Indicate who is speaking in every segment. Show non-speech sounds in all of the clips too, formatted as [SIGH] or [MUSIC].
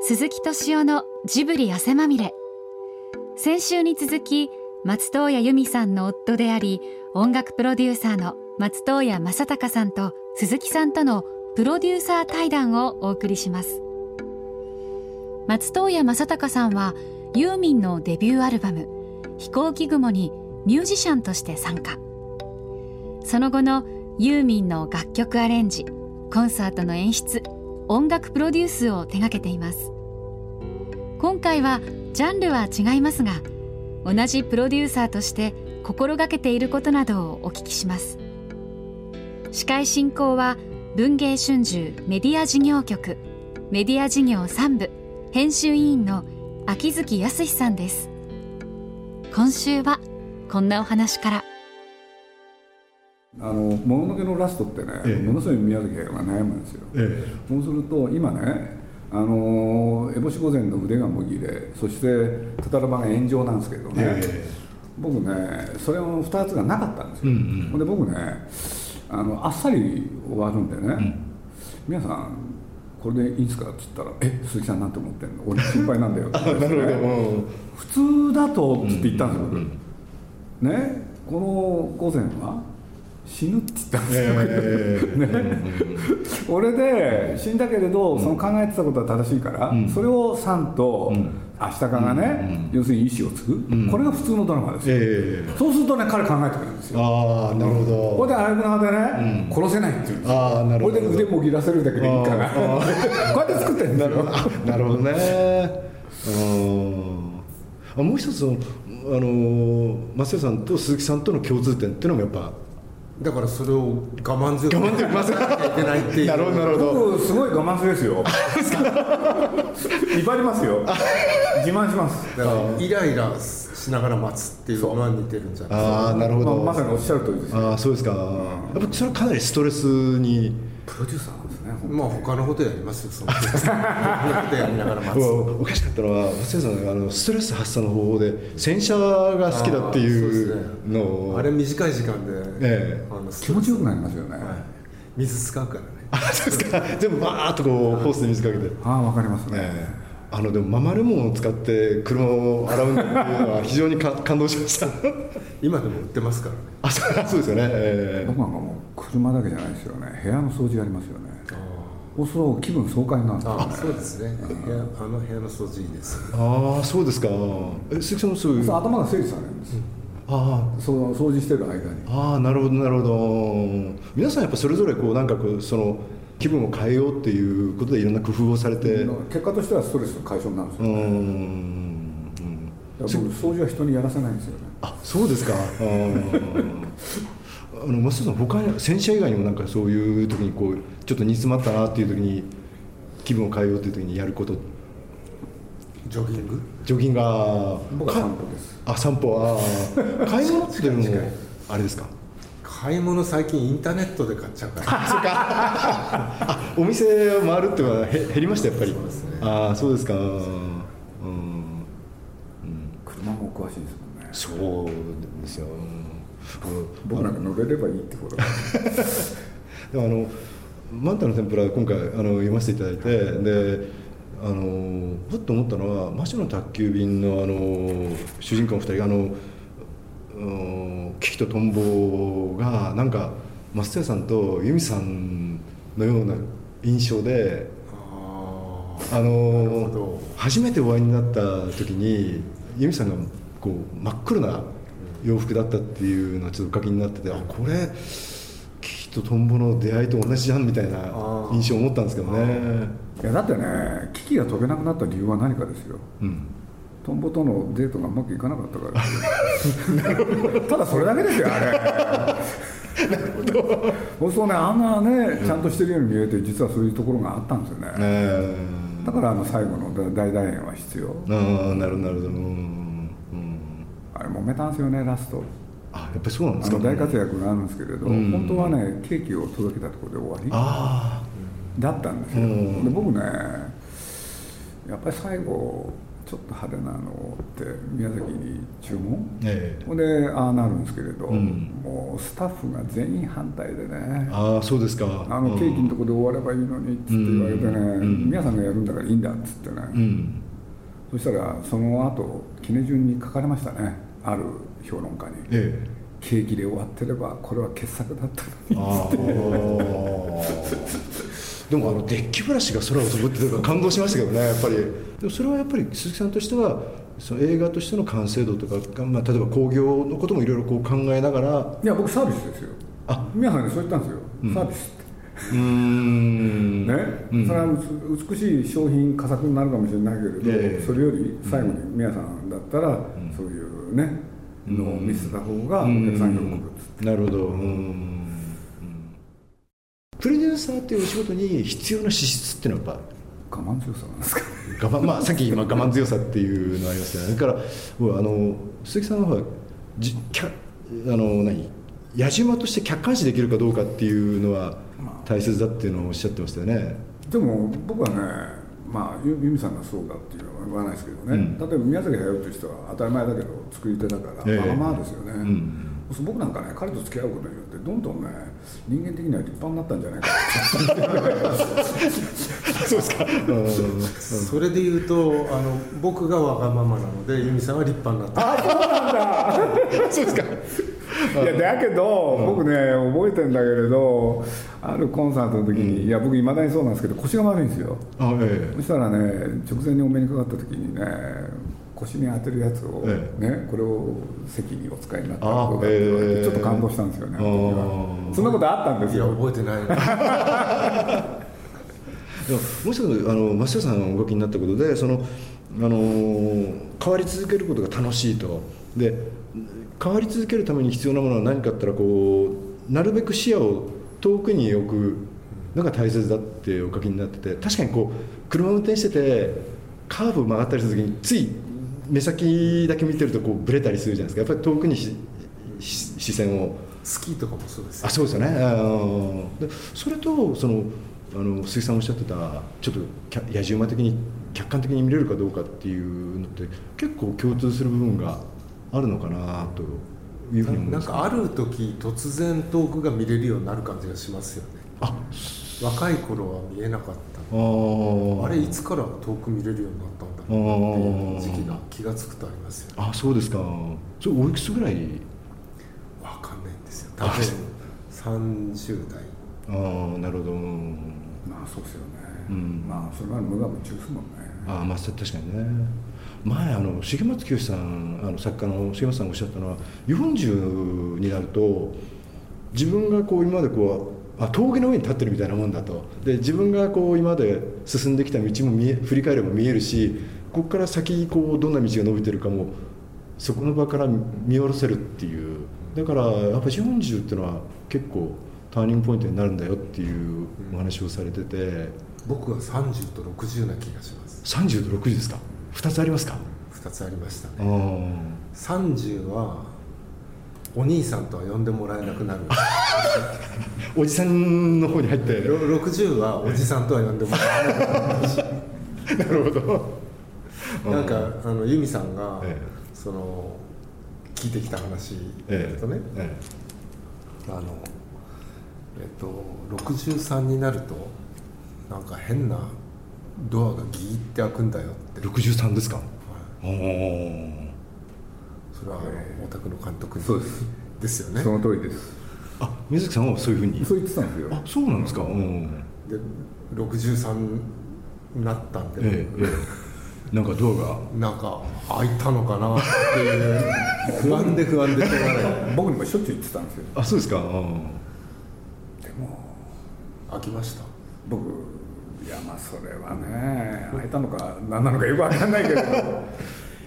Speaker 1: 鈴木敏夫のジブリ汗まみれ先週に続き松任谷由実さんの夫であり音楽プロデューサーの松任谷正隆さんと鈴木さんとのプロデューサー対談をお送りします松任谷正隆さんはユーミンのデビューアルバム「飛行機雲」にミュージシャンとして参加その後のユーミンの楽曲アレンジコンサートの演出音楽プロデュースを手掛けています今回はジャンルは違いますが同じプロデューサーとして心がけていることなどをお聞きします司会進行は文藝春秋メディア事業局メディア事業3部編集委員の秋月康さんです今週はこんなお話から
Speaker 2: あのもののけのラストってね、
Speaker 3: ええ
Speaker 2: ものすごい宮崎駿が悩むんですよ、
Speaker 3: え
Speaker 2: そうすると今ねあの烏帽子御前の腕が麦でそしてたたらばが炎上なんですけど
Speaker 3: え
Speaker 2: ね、
Speaker 3: え
Speaker 2: 僕ねそれの2つがなかったんです
Speaker 3: えう
Speaker 2: よ、
Speaker 3: ん
Speaker 2: ほんで僕ねあのあっさり終わるんでね、皆さんこれでいいんですかって言ったら「え鈴木さんなんて思ってんの俺心配なんだよ」って
Speaker 3: [LAUGHS] あな
Speaker 2: 言っ
Speaker 3: る
Speaker 2: て
Speaker 3: ほ
Speaker 2: ね
Speaker 3: ど、うん
Speaker 2: 普通だとって言ったんですよ、僕
Speaker 3: うん
Speaker 2: ねこの午前は死ぬって言ったんですよ、
Speaker 3: ええ
Speaker 2: ね
Speaker 3: うん
Speaker 2: 俺で死んだけれど、その考えてたことは正しいから、
Speaker 3: ん
Speaker 2: それをさんと
Speaker 3: うん
Speaker 2: 明日香がね、要するに意思を継ぐ、
Speaker 3: ん
Speaker 2: これが普通のドラマですよ、
Speaker 3: [LAUGHS] ええ
Speaker 2: そうするとね彼考えてくれるんですよ
Speaker 3: ああなるほ
Speaker 2: ここ
Speaker 3: ど
Speaker 2: で荒井の派でね、殺せないっていうんですよ
Speaker 3: ああなる
Speaker 2: こ
Speaker 3: ほ
Speaker 2: れ
Speaker 3: ど
Speaker 2: で腕もぎらせるだけでいいから [LAUGHS] こ
Speaker 3: あ
Speaker 2: うやって作ってるんで
Speaker 3: な
Speaker 2: す
Speaker 3: るほ
Speaker 2: よ
Speaker 3: どあなるほどねうんあもう一つのあの松江さんと鈴木さんとの共通点っていうのもやっ
Speaker 4: だからそれを我慢強く
Speaker 3: 我慢強く
Speaker 4: せなきゃいけないってい
Speaker 3: ぱ
Speaker 4: う
Speaker 3: [LAUGHS] なるほどなるほど
Speaker 2: 僕すごい我慢強いです
Speaker 3: [LAUGHS]
Speaker 2: よ威張りますよ自慢します
Speaker 4: だからイライラしながら待つっていうのが似てるんじゃない
Speaker 3: ああなるほ
Speaker 2: まあ
Speaker 3: ど、
Speaker 2: まさにおっしゃる通りですよ
Speaker 3: ああそうですか、やっぱそれはかなりストレスに
Speaker 2: プロデューサーなんですね本当に
Speaker 4: まあ他のことやります
Speaker 3: [LAUGHS]
Speaker 4: よその他のことやりながら待つ
Speaker 3: おおかしかったのは松江さんがあのストレス発散の方法で洗車が好きだってい
Speaker 4: あーそうです
Speaker 3: う
Speaker 4: ね
Speaker 3: のを
Speaker 4: あれ短い時間で、
Speaker 3: ええ
Speaker 4: あの
Speaker 2: 気持ちよくなりますよね、
Speaker 4: はい水使うからね
Speaker 3: あそうですか全部バーッとこうホースで水かけて、
Speaker 2: ああわかりますね、
Speaker 3: ええあのでもママレモンを使って車を洗うんだっていうのは非常にか感動しました
Speaker 4: 今でも売ってますからね
Speaker 3: あそうそうですよね、え
Speaker 2: 僕なんかもう車だけじゃないですよね部屋の掃除やりますよねそうすると気分爽快なんですよ
Speaker 4: あ
Speaker 2: ね
Speaker 4: そうですね部屋あの部屋の掃除いいです
Speaker 3: えああそうですかえ鈴木さんもそういう
Speaker 2: そう
Speaker 3: あ
Speaker 2: 頭が整理されるんですよ
Speaker 3: あ
Speaker 2: そう掃除してる間に
Speaker 3: ああなるほどなるほど皆さんやっぱそれぞれこうなんかこうその気分を変えようっていうことでいろんな工夫をされて
Speaker 2: 結果としてはストレスの解消になるんです
Speaker 3: うー
Speaker 2: よ、
Speaker 3: ん
Speaker 2: だから僕掃除は人にやらせないんですよね
Speaker 3: あそうですかあーあの松田さん他に洗車以外にもなんかそういう時にこうちょっと煮詰まったなっていう時に気分を変えようっていう時にやること
Speaker 4: ジョギング
Speaker 3: ジョギングが
Speaker 2: 僕は
Speaker 3: か
Speaker 2: 散歩です
Speaker 3: あ散歩あー買い物って
Speaker 4: [LAUGHS]
Speaker 3: いうのもあれですか
Speaker 4: 買い物最近インターネットで買っちゃうから
Speaker 3: お店を回るっていうのはへ減りましたやっぱり
Speaker 4: そうですね
Speaker 3: ああそうですかうん
Speaker 2: 車も詳しいですもんね
Speaker 3: そうですよ
Speaker 2: 僕なんか乗れればいいってことだ
Speaker 3: でもあのマンタの天ぷら今回あの読ませていただいてであのふっと思ったのは魔女の宅急便のあの主人公の2人があのうんキキとトンボがなんか松屋さんと由美さんのような印象で
Speaker 4: あ
Speaker 3: あ
Speaker 4: るほ
Speaker 3: の
Speaker 4: ど
Speaker 3: 初めてお会いになった時に由美さんがこう真っ黒な洋服だったっていうのはちょっとお書きになっててあこれキキとトンボの出会いと同じじゃんみたいな
Speaker 4: ー
Speaker 3: 印象を持ったんですけどね
Speaker 2: いやだってね危機が飛べなくなった理由は何かですよ
Speaker 3: うん
Speaker 2: トンボとのデートがうまくいかなかったからですよ [LAUGHS] ただそれだけですよあれそうするとねあんなねちゃんとしてるように見えて実はそういうところがあったんですよね、
Speaker 3: え
Speaker 2: だからあの最後の大大団円は必要
Speaker 3: ー、ああなるほどなるほどうんうん
Speaker 2: あれ揉めたんですよねラスト
Speaker 3: あやっぱりそうなんで
Speaker 2: あ
Speaker 3: すか
Speaker 2: の大活躍があるんですけれど、
Speaker 3: うん
Speaker 2: 本当はねケーキを届けたところで終わ
Speaker 3: あ
Speaker 2: りだったんですよ、
Speaker 3: うん
Speaker 2: で僕ねやっぱり最後ちちょっと派手なのをって宮崎に注文
Speaker 3: ええ
Speaker 2: ほんでああなるんですけれど、
Speaker 3: うん
Speaker 2: もうスタッフが全員反対でね
Speaker 3: ああそうですか
Speaker 2: あのケーキのとこで終わればいいのにっつって言われてね、
Speaker 3: うん
Speaker 2: 皆さんがやるんだからいいんだっつってね、
Speaker 3: うん
Speaker 2: そしたらその後記念順に書かれましたねある評論家に
Speaker 3: え
Speaker 2: 「ケーキで終わってればこれは傑作だったのに
Speaker 3: えああでもあのデッキブラシが空を飛ぶっていうのが感動しましたけどねやっぱりでもそれはやっぱり鈴木さんとしてはその映画としての完成度とか、まあ、例えば興行のこともいろいろこう考えながら」
Speaker 2: いや僕サービスですよ
Speaker 3: あ
Speaker 2: 皆さんにそう言ったんですよ、サービスって
Speaker 3: うーん
Speaker 2: ね、
Speaker 3: うん
Speaker 2: それは美美しい商品佳作になるかもしれないけれど、
Speaker 3: ええ
Speaker 2: それより最後に皆さんだったら、そういうねのを見せた方がお客さん喜ぶっつって
Speaker 3: なるほどうんプロデューサーっていうお仕事に必要な資質っていうのはやっぱ
Speaker 2: 我慢強さなんですか
Speaker 3: 我慢まあ、さっき今我慢強さっていうのありましたよねだから僕あの鈴木さんの方はじ客あの何矢島として客観視できるかどうかっていうのは大切だっていうのをおっしゃってましたよね
Speaker 2: [LAUGHS] でも僕はねまあゆゆみさんがそうだっていうのは言わないですけどね、
Speaker 3: うん
Speaker 2: 例えば宮崎駿という人は当たり前だけど作り手だから、
Speaker 3: ええ
Speaker 2: まあまあですよね、
Speaker 3: ん
Speaker 2: そう僕なんかね彼と付き合うことによってどんどんね人間的には立派になったんじゃないか
Speaker 3: そうですか
Speaker 4: それで言うとあの僕がわがままなので由美さんは立派になった
Speaker 3: そうですか
Speaker 2: いやだけど、僕ね覚えてんだけれどあるコンサートの時に、いや僕いまだにそうなんですけど腰が悪いんですよ
Speaker 3: あえ
Speaker 2: そしたらね直前にお目にかかった時にね腰に当てるやつを、ね
Speaker 3: え
Speaker 2: これを席にお使いになった
Speaker 3: あ
Speaker 2: ことだって言われて
Speaker 3: ええ
Speaker 2: ちょっと感動したんですよね、
Speaker 3: あー
Speaker 2: そんなことあったんです
Speaker 4: いや
Speaker 2: よ
Speaker 4: 覚えてないな
Speaker 3: えでももう一つあの増田さんがお書きになったことでそのあの変わり続けることが楽しいとで変わり続けるために必要なものは何かあったらこうなるべく視野を遠くに置くのが大切だってお書きになってて確かにこう車運転しててカーブ曲がったりする時につい目先だけ見てるとこうブレたりするじゃないですかやっぱり遠くにしし視線を
Speaker 4: スキーとかもそうです
Speaker 3: あ
Speaker 4: よ
Speaker 3: そうですよねあのでそれとそのあの鈴木さんおっしゃってたちょっと客野次馬的に客観的に見れるかどうかっていうのって結構共通する部分があるのかなというふうに思い
Speaker 4: な
Speaker 3: ま
Speaker 4: ん
Speaker 3: す
Speaker 4: かある時突然遠くが見れるようになる感じがしますよね
Speaker 3: あ
Speaker 4: 若い頃は見えなかった
Speaker 3: あー
Speaker 4: あれいつから遠く見れるようになったんだ
Speaker 3: あ
Speaker 4: ろう
Speaker 3: ー
Speaker 4: 時期が気が付くとありますよね
Speaker 3: あそうですかそれおいくつぐらい
Speaker 4: わかんないんですよ多分30代
Speaker 3: ああなるほど
Speaker 2: まあそうですよね、
Speaker 3: うん
Speaker 2: まあそれは無我夢中ですもんね
Speaker 3: ああまあ確かにね前あの重松清さんあの作家の重松さんがおっしゃったのは40になると自分がこう今までこうあ峠の上に立ってるみたいなもんだとで自分がこう今まで進んできた道も見え振り返れば見えるしここから先こうどんな道が伸びてるかもそこの場から見下ろせるっていうだからやっぱ40っていうのは結構ターニングポイントになるんだよっていうお話をされてて
Speaker 4: 僕は30と60な気がします
Speaker 3: 30と60ですか2つありますか
Speaker 4: 2つありましたね
Speaker 3: あ
Speaker 4: 30はお兄さんとは呼んでもらえなくなる
Speaker 3: ーおじさんの方に入って
Speaker 4: ろ60はおじさんとは呼んでもらえなくなる
Speaker 3: [LAUGHS] なるほど
Speaker 4: なんかあの由美さんが、
Speaker 3: ええ
Speaker 4: その聞いてきた話
Speaker 3: え
Speaker 4: だ
Speaker 3: え
Speaker 4: とね、
Speaker 3: え
Speaker 4: あのえっと63になるとなんか変なドアがギーって開くんだよって
Speaker 3: え、63ですかおお
Speaker 4: それはあのお宅の監督に
Speaker 2: そうです
Speaker 4: ですよね
Speaker 2: その通りです
Speaker 3: あ水木さんはそういうふうに
Speaker 2: そう言ってたんですよ
Speaker 3: あそうなんですかうん
Speaker 4: で63になったんで、
Speaker 3: ええええなんかドアが
Speaker 4: なんか開いたのかなっていう不安で不安でしょうがない
Speaker 2: 僕にもしょっちゅう言ってたんですよ
Speaker 3: あそうですかうん
Speaker 2: でも
Speaker 4: 開きました
Speaker 2: 僕いやまあそれはね会えたのか何なのかよくわかんないけれど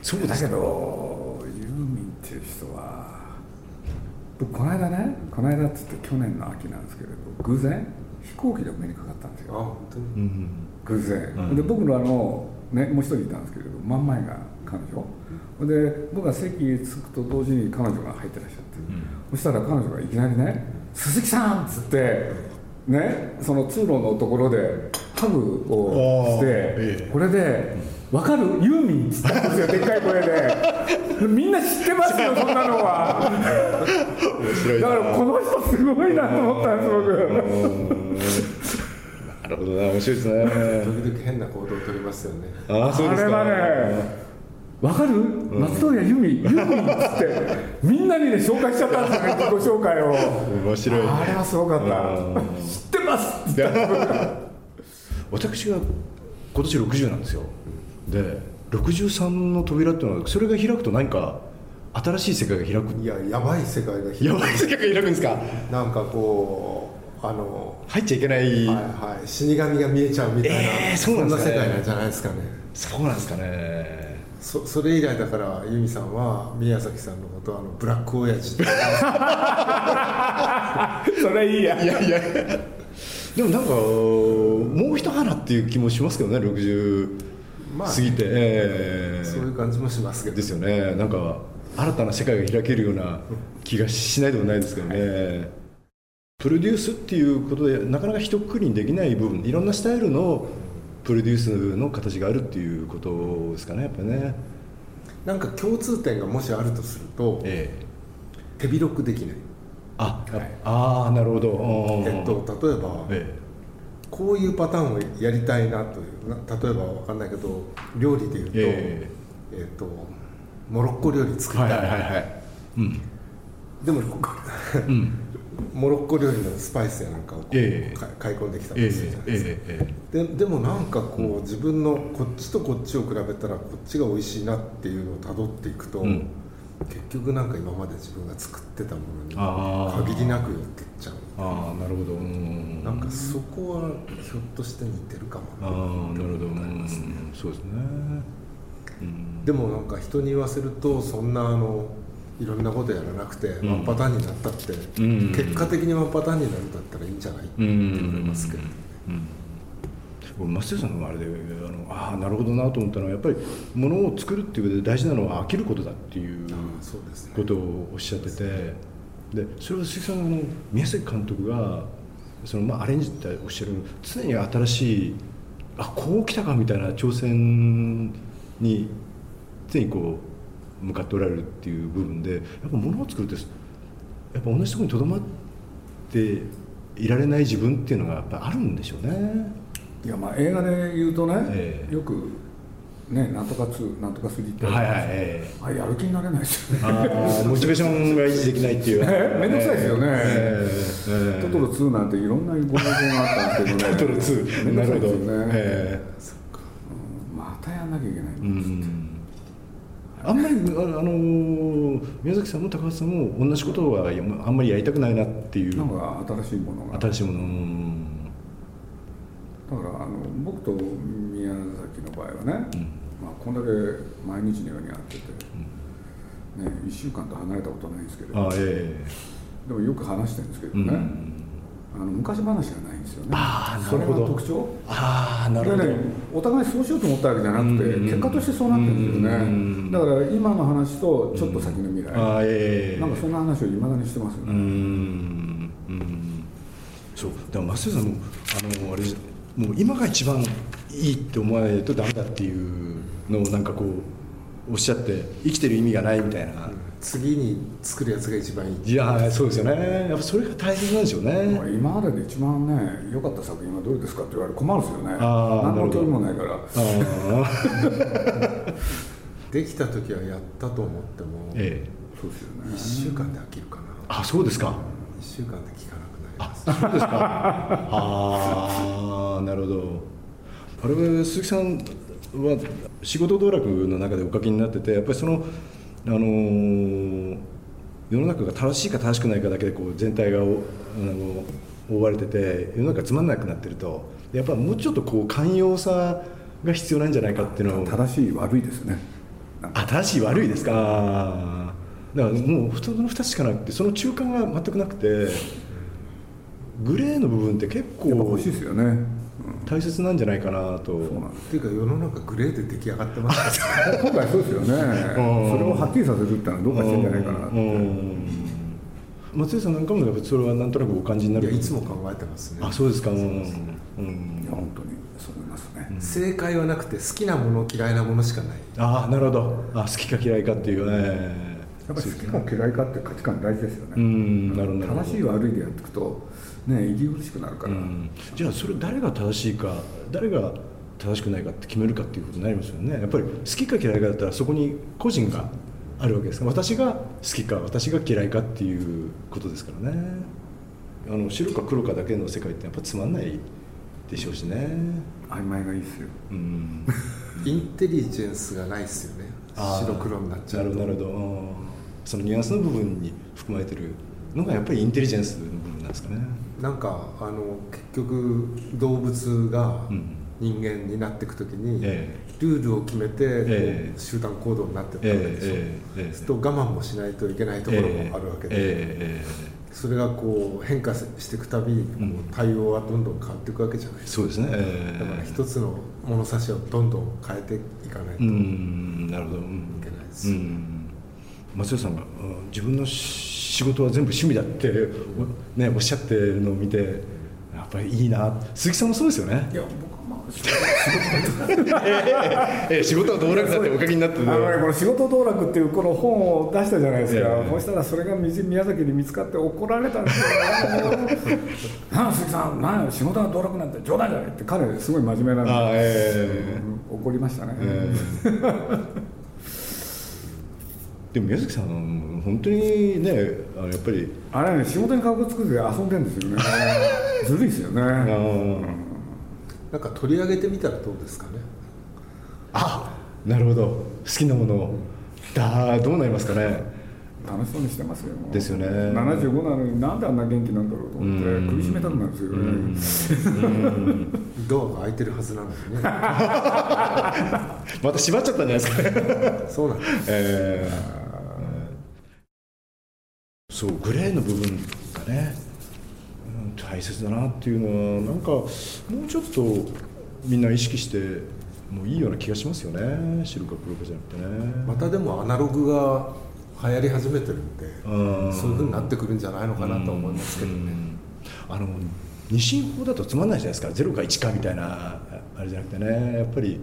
Speaker 3: そうで
Speaker 2: だ
Speaker 3: す
Speaker 2: け
Speaker 3: か
Speaker 2: どユーミンっていう人は僕この間ねこの間っつって去年の秋なんですけれど偶然飛行機でお目にかかったんですよ
Speaker 4: あ本当に、
Speaker 3: うん
Speaker 2: 偶然、
Speaker 3: ん
Speaker 2: で僕のあの、ね、もう一人いたんですけれど真ん前が彼女で僕が席に着くと同時に彼女が入ってらっしゃって、そしたら彼女がいきなりね「鈴木さん!」っつってねその通路のところでタグをし
Speaker 3: あーえ
Speaker 2: て
Speaker 3: え
Speaker 2: これで「わかるユーミン」っつったんですよでっかい声でみんな知ってますよそんなのは
Speaker 3: 面白い
Speaker 2: だ
Speaker 3: な
Speaker 2: からこの人すごいなと思ったんです僕
Speaker 3: うんなるほどな面白いです
Speaker 4: 時
Speaker 3: ね
Speaker 4: 々変な行動を取りますよね
Speaker 3: ああそう
Speaker 2: あ
Speaker 3: です
Speaker 2: れ
Speaker 3: か
Speaker 2: はねわかる松任谷由実ユーミンっつってみんなにね紹介しちゃったんですよね自己紹介を
Speaker 3: 面白い
Speaker 2: あれはすごかった
Speaker 3: うん
Speaker 2: 知ってます
Speaker 3: いや私が今年60なんですよで63の扉っていうのはそれが開くと何か新しい世界が開く
Speaker 4: いややばい世界が
Speaker 3: やばい世界が開くんですか
Speaker 4: なんかこうあの
Speaker 3: 入っちゃいけない、
Speaker 4: はいはい死神が見えちゃうみたいな、
Speaker 3: えーそうなんですかね
Speaker 4: そんな世界なんじゃないですかね
Speaker 3: そうなんですかね
Speaker 4: そそれ以来だから由美さんは宮崎さんのことをあのブラックオヤジって
Speaker 2: それいいや
Speaker 3: いやいやでもなんかもう一花っていう気もしますけどね60
Speaker 4: まあ
Speaker 3: 過ぎて、ええ
Speaker 4: そういう感じもしますけど
Speaker 3: ですよねなんか新たな世界が開けるような気がしないでもないですけどね、プロデュースっていうことでなかなか一括りにできない部分いろんなスタイルのプロデュースの形があるっていうことですかねやっぱね
Speaker 4: なんか共通点がもしあるとすると
Speaker 3: ええ
Speaker 4: 手広くできない、
Speaker 3: あ、ああなるほど、うん
Speaker 4: えっと、例えば、
Speaker 3: え
Speaker 4: こういうパターンをやりたいなというな例えばわかんないけど料理でいうと,、
Speaker 3: え
Speaker 4: えっとモロッコ料理作
Speaker 3: え
Speaker 4: りた
Speaker 3: はい
Speaker 4: い、
Speaker 3: はいはいはい
Speaker 4: [LAUGHS]
Speaker 3: うん
Speaker 4: でも [LAUGHS] こ
Speaker 3: うん
Speaker 4: モロッコ料理のスパイスやなんかをこう
Speaker 3: ええ
Speaker 4: か買い込んできた
Speaker 3: ええ
Speaker 4: りするじゃない
Speaker 3: え
Speaker 4: ですか、
Speaker 3: えええ
Speaker 4: ででもなんかこう自分のこっちとこっちを比べたらこっちが美味しいなっていうのをたどっていくと、
Speaker 3: うん
Speaker 4: 結局なんか今まで自分が作ってたも
Speaker 3: あ
Speaker 4: の
Speaker 3: ー
Speaker 4: に限りなく寄ってっちゃう
Speaker 3: ああなるほどうん
Speaker 4: なんかそこはひょっとして似てるかも
Speaker 3: ああ
Speaker 4: な
Speaker 3: なるほどうんそうですねうん
Speaker 4: でもなんか人に言わせるとそんなあのいろんなことやらなくて
Speaker 3: ん
Speaker 4: ワンパターンになったって、
Speaker 3: ん
Speaker 4: 結果的にワンパターンになるんだったらいいんじゃないって言われますけど、
Speaker 3: 俺松下さんのあれであのああなるほどなと思ったのはやっぱりものを作るっていう上で大事なのは飽きることだっていう
Speaker 4: ああそうですね
Speaker 3: ことをおっしゃっててでそれは鈴木さんあの宮崎監督がその、まあ、アレンジっておっしゃる常に新しいあこう来たかみたいな挑戦に常にこう向かっておられるっていう部分でやっぱ物を作るってやっぱ同じところにとどまっていられない自分っていうのがやっぱあるんでしょうね。
Speaker 2: いやまあ映画で言うとね、
Speaker 3: ええ
Speaker 2: よくねなんとか2なんとか3って
Speaker 3: はいはい、
Speaker 2: い、
Speaker 3: え
Speaker 2: あやる気になれないですよ
Speaker 3: え
Speaker 2: ね
Speaker 3: あーモチベーションが維持できない
Speaker 2: [LAUGHS]
Speaker 3: っていう
Speaker 2: えめんどくさいですよね
Speaker 3: ええええ
Speaker 2: トトロ2なんていろんなご要望があったんですけどね
Speaker 3: タイトル
Speaker 2: め
Speaker 3: 2なん
Speaker 2: どくさいで
Speaker 3: るほど
Speaker 2: すよね、
Speaker 3: え
Speaker 2: またやんなきゃいけない、
Speaker 3: えうんあんまりああのー宮崎さんも高橋さんも同じことはやあんまりやりたくないなっていう
Speaker 2: なんか新しいものがだか
Speaker 3: 新しいものうん
Speaker 2: らあの僕と宮崎の場合はね、まあ、こんだけ毎日のように会ってて、ね、1週間と離れたことないんですけど
Speaker 3: あえ
Speaker 2: でもよく話してるんですけ
Speaker 3: え
Speaker 2: どね、あの昔話がないんですよね
Speaker 3: あーなるほど
Speaker 2: それが特徴
Speaker 3: ああなるほど、
Speaker 2: でね、お互いそうしようと思ったわけじゃなくて、
Speaker 3: うん
Speaker 2: 結果としてそうなってるんですよね、
Speaker 3: うん
Speaker 2: だから今の話とちょっと先の未来、
Speaker 3: あええ
Speaker 2: なんかそんな話をいまだにしてますよ
Speaker 3: うー
Speaker 2: ね、
Speaker 3: んうんそうだから増田さんもあのあれもう今が一番いいって思わないとダメだっていうのをなんかこうおっしゃって生きてる意味がないみたいな、
Speaker 4: 次に作るやつが一番いい
Speaker 3: いやーそうですよねやっぱそれが大切なんでしょう
Speaker 2: こ
Speaker 3: ね
Speaker 2: れ今までで一番ね良かった作品はどれですかって言われて困るんですよね
Speaker 3: あー
Speaker 2: 何
Speaker 3: なる
Speaker 2: の
Speaker 3: ほど
Speaker 2: 興味もないから
Speaker 3: ああ
Speaker 4: できた時はやったと思っても、
Speaker 3: ええ
Speaker 2: そうですよね
Speaker 4: 1週間で飽きるかな
Speaker 3: あそうですか
Speaker 4: 1週間で聞かなくなります
Speaker 3: そうですかああなるほどあれは鈴木さんは仕事道楽の中でお書きになっててやっぱりその、あのー世の中が正しいか正しくないかだけでこう全体がおあの覆われてて世の中つまんなくなってるとやっぱもうちょっとこう寛容さが必要なんじゃないかっていうのを
Speaker 2: 正しい悪いですねなんか
Speaker 3: あ正しい悪いですかあーだからもう普通の2つしかなくてその中間が全くなくてグレーの部分って結
Speaker 2: やっぱ
Speaker 3: 構
Speaker 2: 欲しいですよね、
Speaker 3: 大切なんじゃないかなと
Speaker 2: そうなんです
Speaker 4: っていうか世の中グレーで出来上がっ
Speaker 3: [LAUGHS]
Speaker 4: てますから
Speaker 2: 今回そうですよねそれをはっきりさせるってのはどうかしてんじゃないかなって
Speaker 3: うん松江さんなんかもやっぱりそれはなんとなくお感じになる
Speaker 4: いやいつも考えてますね
Speaker 3: あそうですかうんう
Speaker 2: い
Speaker 3: ん
Speaker 2: や本当にそう思いますね、
Speaker 4: 正解はなくて好きなもの嫌いなものしかない
Speaker 3: ああなるほどあ好きか嫌いかっていうね
Speaker 2: やっぱり好きか嫌いかって価値観大事ですよね、
Speaker 3: うんなるほどなるほど
Speaker 2: 正しい悪いでやっていくとね息苦しくなるから、
Speaker 3: うんじゃあそれ誰が正しいか誰が正しくないかって決めるかっていうことになりますよねやっぱり好きか嫌いかだったらそこに個人があるわけですから私が好きか私が嫌いかっていうことですからねあの白か黒かだけの世界ってやっぱつまんないでしょうしね
Speaker 2: 曖昧がいいですよ
Speaker 3: うん [LAUGHS]
Speaker 4: インテリジェンスがないですよね
Speaker 3: あー
Speaker 4: 白黒になっちゃ
Speaker 3: なる
Speaker 4: う
Speaker 3: ほどなるほどうんそのニュアンスの部分に含まれてるのがやっぱりインテリジェンスの部分なんですかね
Speaker 4: なんかあの結局動物が
Speaker 3: うん
Speaker 4: 人間になっていくときに、
Speaker 3: え
Speaker 4: ルールを決めて、
Speaker 3: ええ
Speaker 4: 集団行動になっていった
Speaker 3: え
Speaker 4: わけでしょ、
Speaker 3: ええええ
Speaker 4: すると我慢もしないといけないところもあるわけで、
Speaker 3: えええ
Speaker 4: それがこう変化していくたびにこ
Speaker 3: う
Speaker 4: う
Speaker 3: ん
Speaker 4: 対応はどんどん変わっていくわけじゃない
Speaker 3: え
Speaker 4: です
Speaker 3: そうですね、ええ
Speaker 4: か、だから一つの物差しをどんどん変えていかないうと
Speaker 3: んなるほど、うん
Speaker 4: いけないで
Speaker 3: う
Speaker 4: す、
Speaker 3: ん、松代さんが、うん自分の仕事は全部趣味だって、おね、おっしゃってるのを見てやっぱりいいな鈴木さんもそうですよね
Speaker 2: いや僕はまあ
Speaker 3: ええ仕事は道楽だっておかげになって
Speaker 2: あのね、この「仕事道楽」っていうこの本を出したじゃないですか、
Speaker 3: ええ
Speaker 2: そしたらそれがみじ宮崎に見つかって怒られたん
Speaker 3: [LAUGHS]
Speaker 2: ですよなんだ鈴木さんなんだ仕事は道楽なんて冗談じゃないって彼すごい真面目なん
Speaker 3: あ
Speaker 2: で、
Speaker 3: え
Speaker 2: うん怒りましたね、
Speaker 3: えええでも宮崎さん本当にねあのやっぱり
Speaker 2: あれね仕事に顔つくで遊んでるん
Speaker 3: [LAUGHS]
Speaker 2: ですよねずるいですよね
Speaker 3: あの、
Speaker 4: なんか取り上げてみたらどうですかね
Speaker 3: あなるほど好きなものをだどうなりますかね
Speaker 2: 楽しそうにしてますよもう
Speaker 3: ですよね
Speaker 2: 75なのになんであんな元気なんだろうと思って
Speaker 3: うん
Speaker 2: 苦しめたくなるんですよね、
Speaker 4: ドアが開いてるはずなの
Speaker 3: [LAUGHS]
Speaker 4: にね
Speaker 3: また縛っちゃったんじゃないですかね
Speaker 4: そうなんです
Speaker 3: えーそうグレーの部分がね、うん、大切だなっていうのはなんかもうちょっとみんな意識してもういいような気がしますよね白か黒かじゃなくて
Speaker 4: ま
Speaker 3: ね
Speaker 4: たでもアナログが流行り始めてるんで、
Speaker 3: うん
Speaker 4: そういうふうになってくるんじゃないのかなと思いますけどね、
Speaker 3: あの二進法だとつまんないじゃないですか0か1かみたいなあれじゃなくてねやっぱり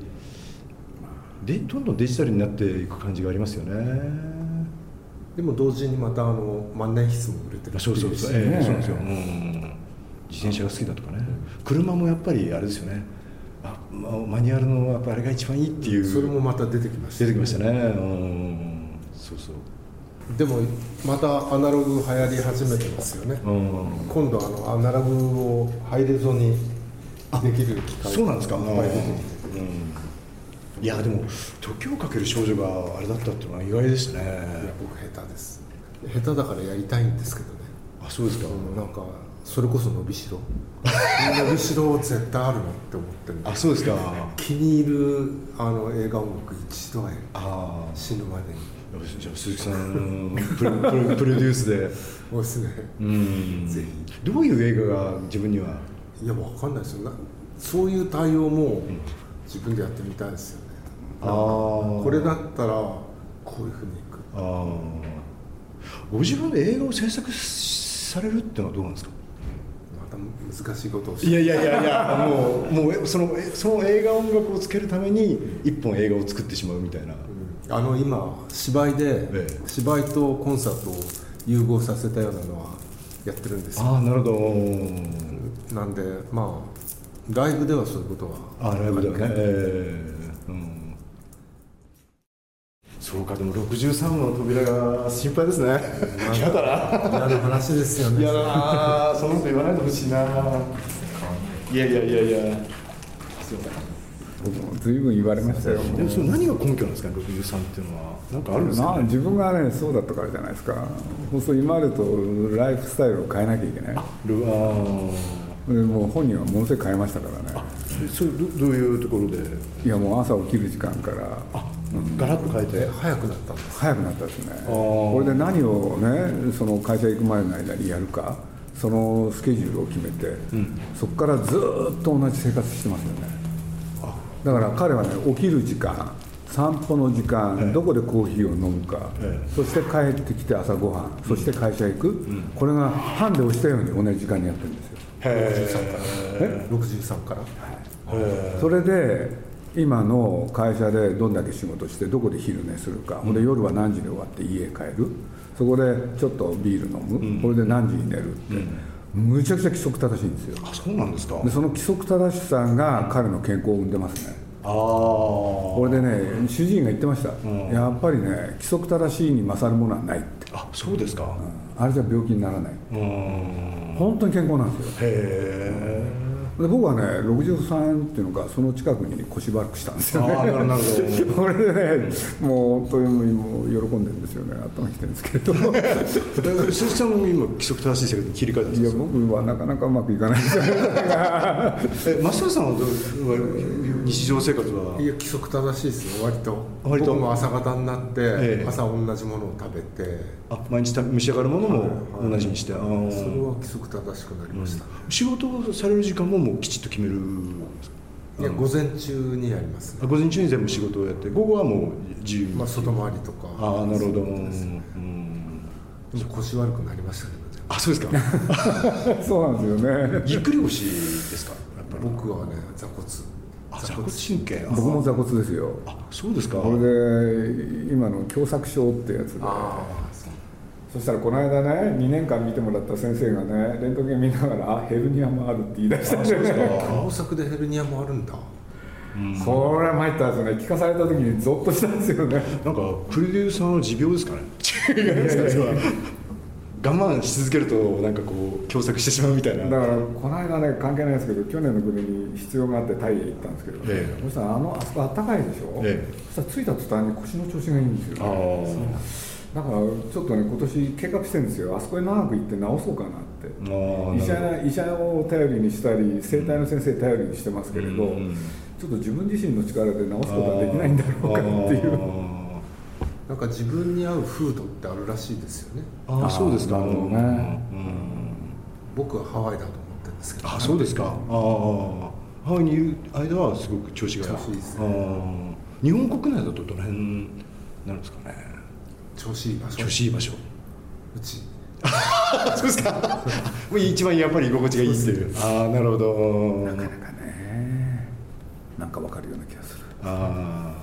Speaker 3: でどんどんデジタルになっていく感じがありますよね。
Speaker 4: でも同時にまたあの万年筆も売れてるって
Speaker 3: そ
Speaker 4: いうう
Speaker 3: そうそう、
Speaker 4: し
Speaker 3: ええ
Speaker 2: ね
Speaker 3: そうなんですよ、うんうんうん自転車が好きだとかね、車もやっぱりあれですよねあ、まマニュアルのやっぱあれが一番いいっていう
Speaker 4: それもまた出てきました
Speaker 3: 出てきましたね、うんうんうんそうそう、
Speaker 4: でもまたアナログ流行り始めてますよね、
Speaker 3: うん
Speaker 4: 今度あのアナログをハイレゾにできる機会
Speaker 3: そうなんですか、
Speaker 4: いっ
Speaker 3: うん
Speaker 4: ぱい出てきて
Speaker 3: いやでも時をかける少女があれだったっていうのは意外です
Speaker 4: いや
Speaker 3: ね
Speaker 4: 僕下手です下手だからやりたいんですけどね
Speaker 3: あそうですか、
Speaker 4: うんなんかそれこそ伸び
Speaker 3: [LAUGHS]
Speaker 4: しろ伸びしろ絶対あるなって思ってるんで
Speaker 3: あそうですか
Speaker 4: 気に入るあの映画音楽一度はやる
Speaker 3: ああ
Speaker 4: 死ぬまでに
Speaker 3: じゃあ鈴木さんプロプロプロデュースで
Speaker 4: そうですね
Speaker 3: うん
Speaker 4: ぜ
Speaker 3: どういう映画が自分にはい
Speaker 4: やわかんないですよなそういう対応も自分でやってみたいですよね
Speaker 3: ああ
Speaker 4: これだったらこういうふうにいく
Speaker 3: あーご自分で映画を制作されるってのはどうなんですか
Speaker 4: また難しいことをし
Speaker 3: いやいやいやい [LAUGHS] やもうもうそのえその映画音楽をつけるために一本映画を作ってしまうみたいな
Speaker 4: うんあの今芝居で、
Speaker 3: ええ
Speaker 4: 芝居とコンサートを融合させたようなのはやってるんですよ
Speaker 3: ああなるほど
Speaker 4: なんでまあライブではそういうことは
Speaker 3: あーライブだよねええうんそうかでも63の扉が心配 [LAUGHS] ですね嫌だな
Speaker 4: 嫌な話ですよ
Speaker 3: い [LAUGHS]
Speaker 4: ね
Speaker 3: やだなそのこと言わないでほしいないやいやいやいやすいません
Speaker 2: 僕も随分言われましたよ
Speaker 3: でもそれ何が根拠なんですかね63っていうのはなんかあるんですか
Speaker 2: まあ自分がねそうだったからじゃないですかそうすると今までとライフスタイルを変えなきゃいけない
Speaker 3: ルアー
Speaker 2: でもう本人はものすごい変えましたからね
Speaker 3: それどどういうところで
Speaker 2: いやもう朝起きる時間から
Speaker 3: ガラッと変えて
Speaker 4: で早くなったんです
Speaker 2: 早くなったですね
Speaker 3: ー
Speaker 2: これで何をねその会社行くまでの間にやるかそのスケジュールを決めて、そこからずーっと同じ生活してますよねだから彼はね起きる時間散歩の時間、どこでコーヒーを飲むか、
Speaker 3: え
Speaker 2: そして帰ってきて朝ごはんそして会社行く、これがハンデをしたように同じ時間にやってるんですよ
Speaker 3: へへ
Speaker 4: 63から
Speaker 3: え
Speaker 4: 63から
Speaker 3: へ
Speaker 2: それで今の会社でどんだけ仕事してどこで昼寝するか、ほんで夜は何時で終わって家帰るそこでちょっとビール飲む、これで何時に寝るって、むちゃくちゃ規則正しいんですよ
Speaker 3: あそうなんですか
Speaker 2: でその規則正しさが彼の健康を生んでますね
Speaker 3: ああ
Speaker 2: これでね主治医が言ってました、やっぱりね規則正しいに勝るものはないって
Speaker 3: あそうですか
Speaker 2: あれじゃ病気にならない
Speaker 3: うんへ
Speaker 2: 本当に健康なんですよ
Speaker 3: え
Speaker 2: で僕はね63っていうのかその近くに腰バックしたんです
Speaker 3: あ
Speaker 2: よ
Speaker 3: あ
Speaker 2: ね
Speaker 3: なるほどなるほど
Speaker 2: これでね、もう本当にもう喜んでるんですよね、頭きてるんですけれども、いや、
Speaker 3: え鈴木さんも今規則正しい生活に切り替えたんですか
Speaker 2: 僕はなかなかうまくいかない [LAUGHS] ですよね、
Speaker 3: え増田さんはどう日常生活はい
Speaker 4: や規則正しいですよ割と
Speaker 3: 割と
Speaker 4: 僕も朝方になって、
Speaker 3: ええ
Speaker 4: 朝同じものを食べて
Speaker 3: あ毎日食べ召し上がるものも同じにして、あー
Speaker 4: それは規則正しくなりました、ね
Speaker 3: 仕事をされる時間ももうきちっと決める
Speaker 4: いや午前中にやりますね、
Speaker 3: あ午前中に全部仕事をやって午後はもう自由に、
Speaker 4: まあ、外回りとか
Speaker 3: ああなるほど
Speaker 4: そういうことです
Speaker 3: うん
Speaker 4: でも腰悪くなりましたけどね
Speaker 3: あそうですか
Speaker 2: [LAUGHS] そうなんですよね、
Speaker 3: ぎっくり腰ですかやっぱり
Speaker 4: 僕はね座骨
Speaker 3: あ座骨神経
Speaker 2: 僕も座骨ですよ、
Speaker 3: あそうですか
Speaker 2: これで今の狭窄症ってやつで、
Speaker 4: ああそう
Speaker 2: そしたらこの間ね、2年間見てもらった先生がね、レントゲン見ながら、あヘルニアもあるって言い出したんですよ
Speaker 4: 狭窄でヘルニアもあるんだ
Speaker 2: これは参ったんですよね、聞かされた時に、ゾッとしたんですよね。
Speaker 3: なんかプロデューサーの持病ですかね違いますか [LAUGHS] それは我慢し続けるとなんかこう狭窄してしまうみたいな
Speaker 2: だからこの間ね関係ないですけど去年の暮れに必要があってタイへ行ったんですけど、
Speaker 3: ええ
Speaker 2: そしたらあのあそこあったかいでしょ、
Speaker 3: え
Speaker 2: そしたら着いた途端に腰の調子がいいんです
Speaker 3: あ
Speaker 2: よ、ね、
Speaker 3: ー
Speaker 2: だからちょっとね今年計画してるんですよあそこへ長く行って治そうかなって
Speaker 3: あー
Speaker 2: 医
Speaker 3: なるほど
Speaker 2: 者が医者を頼りにしたり整体の先生頼りにしてますけれど、
Speaker 3: うん
Speaker 2: ちょっと自分自身の力で治すことはできないんだろうかっていう
Speaker 4: なんか自分に合うフードってあるらしいですよね
Speaker 3: あーあーそうですか
Speaker 2: なるほどね
Speaker 3: うん
Speaker 4: 僕はハワイだと思ってるんですけど
Speaker 3: あそうですかああハワイにいる間はすごく調子が
Speaker 4: 調子いいですね
Speaker 3: ね日本国内だとどの辺になるんですかね
Speaker 4: 調子いい場所
Speaker 3: 調子いい場所
Speaker 4: うち
Speaker 3: あそうですか [LAUGHS] もう一番やっぱり居心地がいいっていうああなるほど
Speaker 2: なんかねなんかわかるような気がする
Speaker 3: あ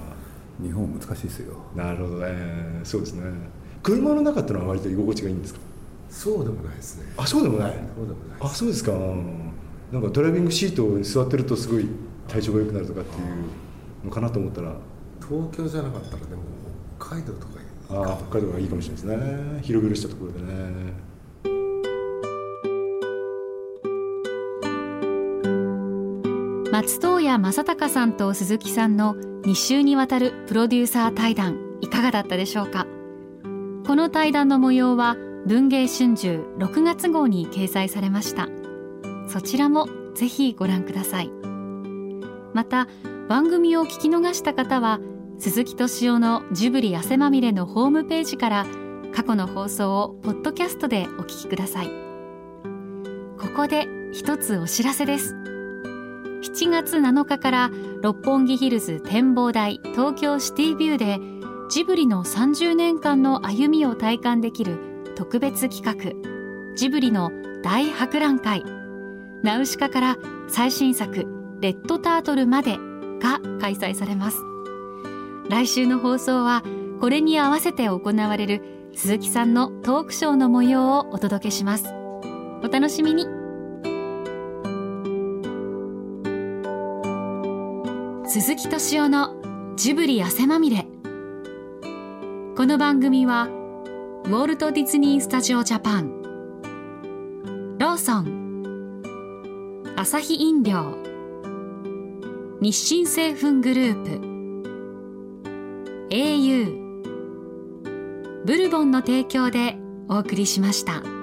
Speaker 2: 日本難しいですよ
Speaker 3: あなるほどねそうですね車の中ってのは割と居心地がいいんですか
Speaker 4: そうでもないですね
Speaker 3: あそうでもない
Speaker 4: そうでもない
Speaker 3: あそうですかなんかドライビングシートに座ってるとすごい体調が良くなるとかっていうのかなと思ったら
Speaker 4: 東京じゃなかったらでも北海道とか
Speaker 3: ああ北海道がいいかもしれないですね広々したところでね
Speaker 1: 松任谷正隆さんと鈴木さんの2週にわたるプロデューサー対談いかがだったでしょうかこの対談の模様は文藝春秋6月号に掲載されましたそちらもぜひご覧くださいまた番組を聞き逃した方は鈴木敏夫のジブリ汗まみれのホームページから過去の放送をポッドキャストでお聞きくださいここで一つお知らせです7月7日から六本木ヒルズ展望台東京シティビューでジブリの30年間の歩みを体感できる特別企画ジブリの大博覧会ナウシカから最新作レッドタートルまでが開催されます来週の放送はこれに合わせて行われる鈴木さんのトークショーの模様をお届けしますお楽しみに鈴木敏夫のジブリ汗まみれこの番組はウォルト・ディズニー・スタジオ・ジャパンローソンアサヒ飲料日清製粉グループ au ブルボンの提供でお送りしました。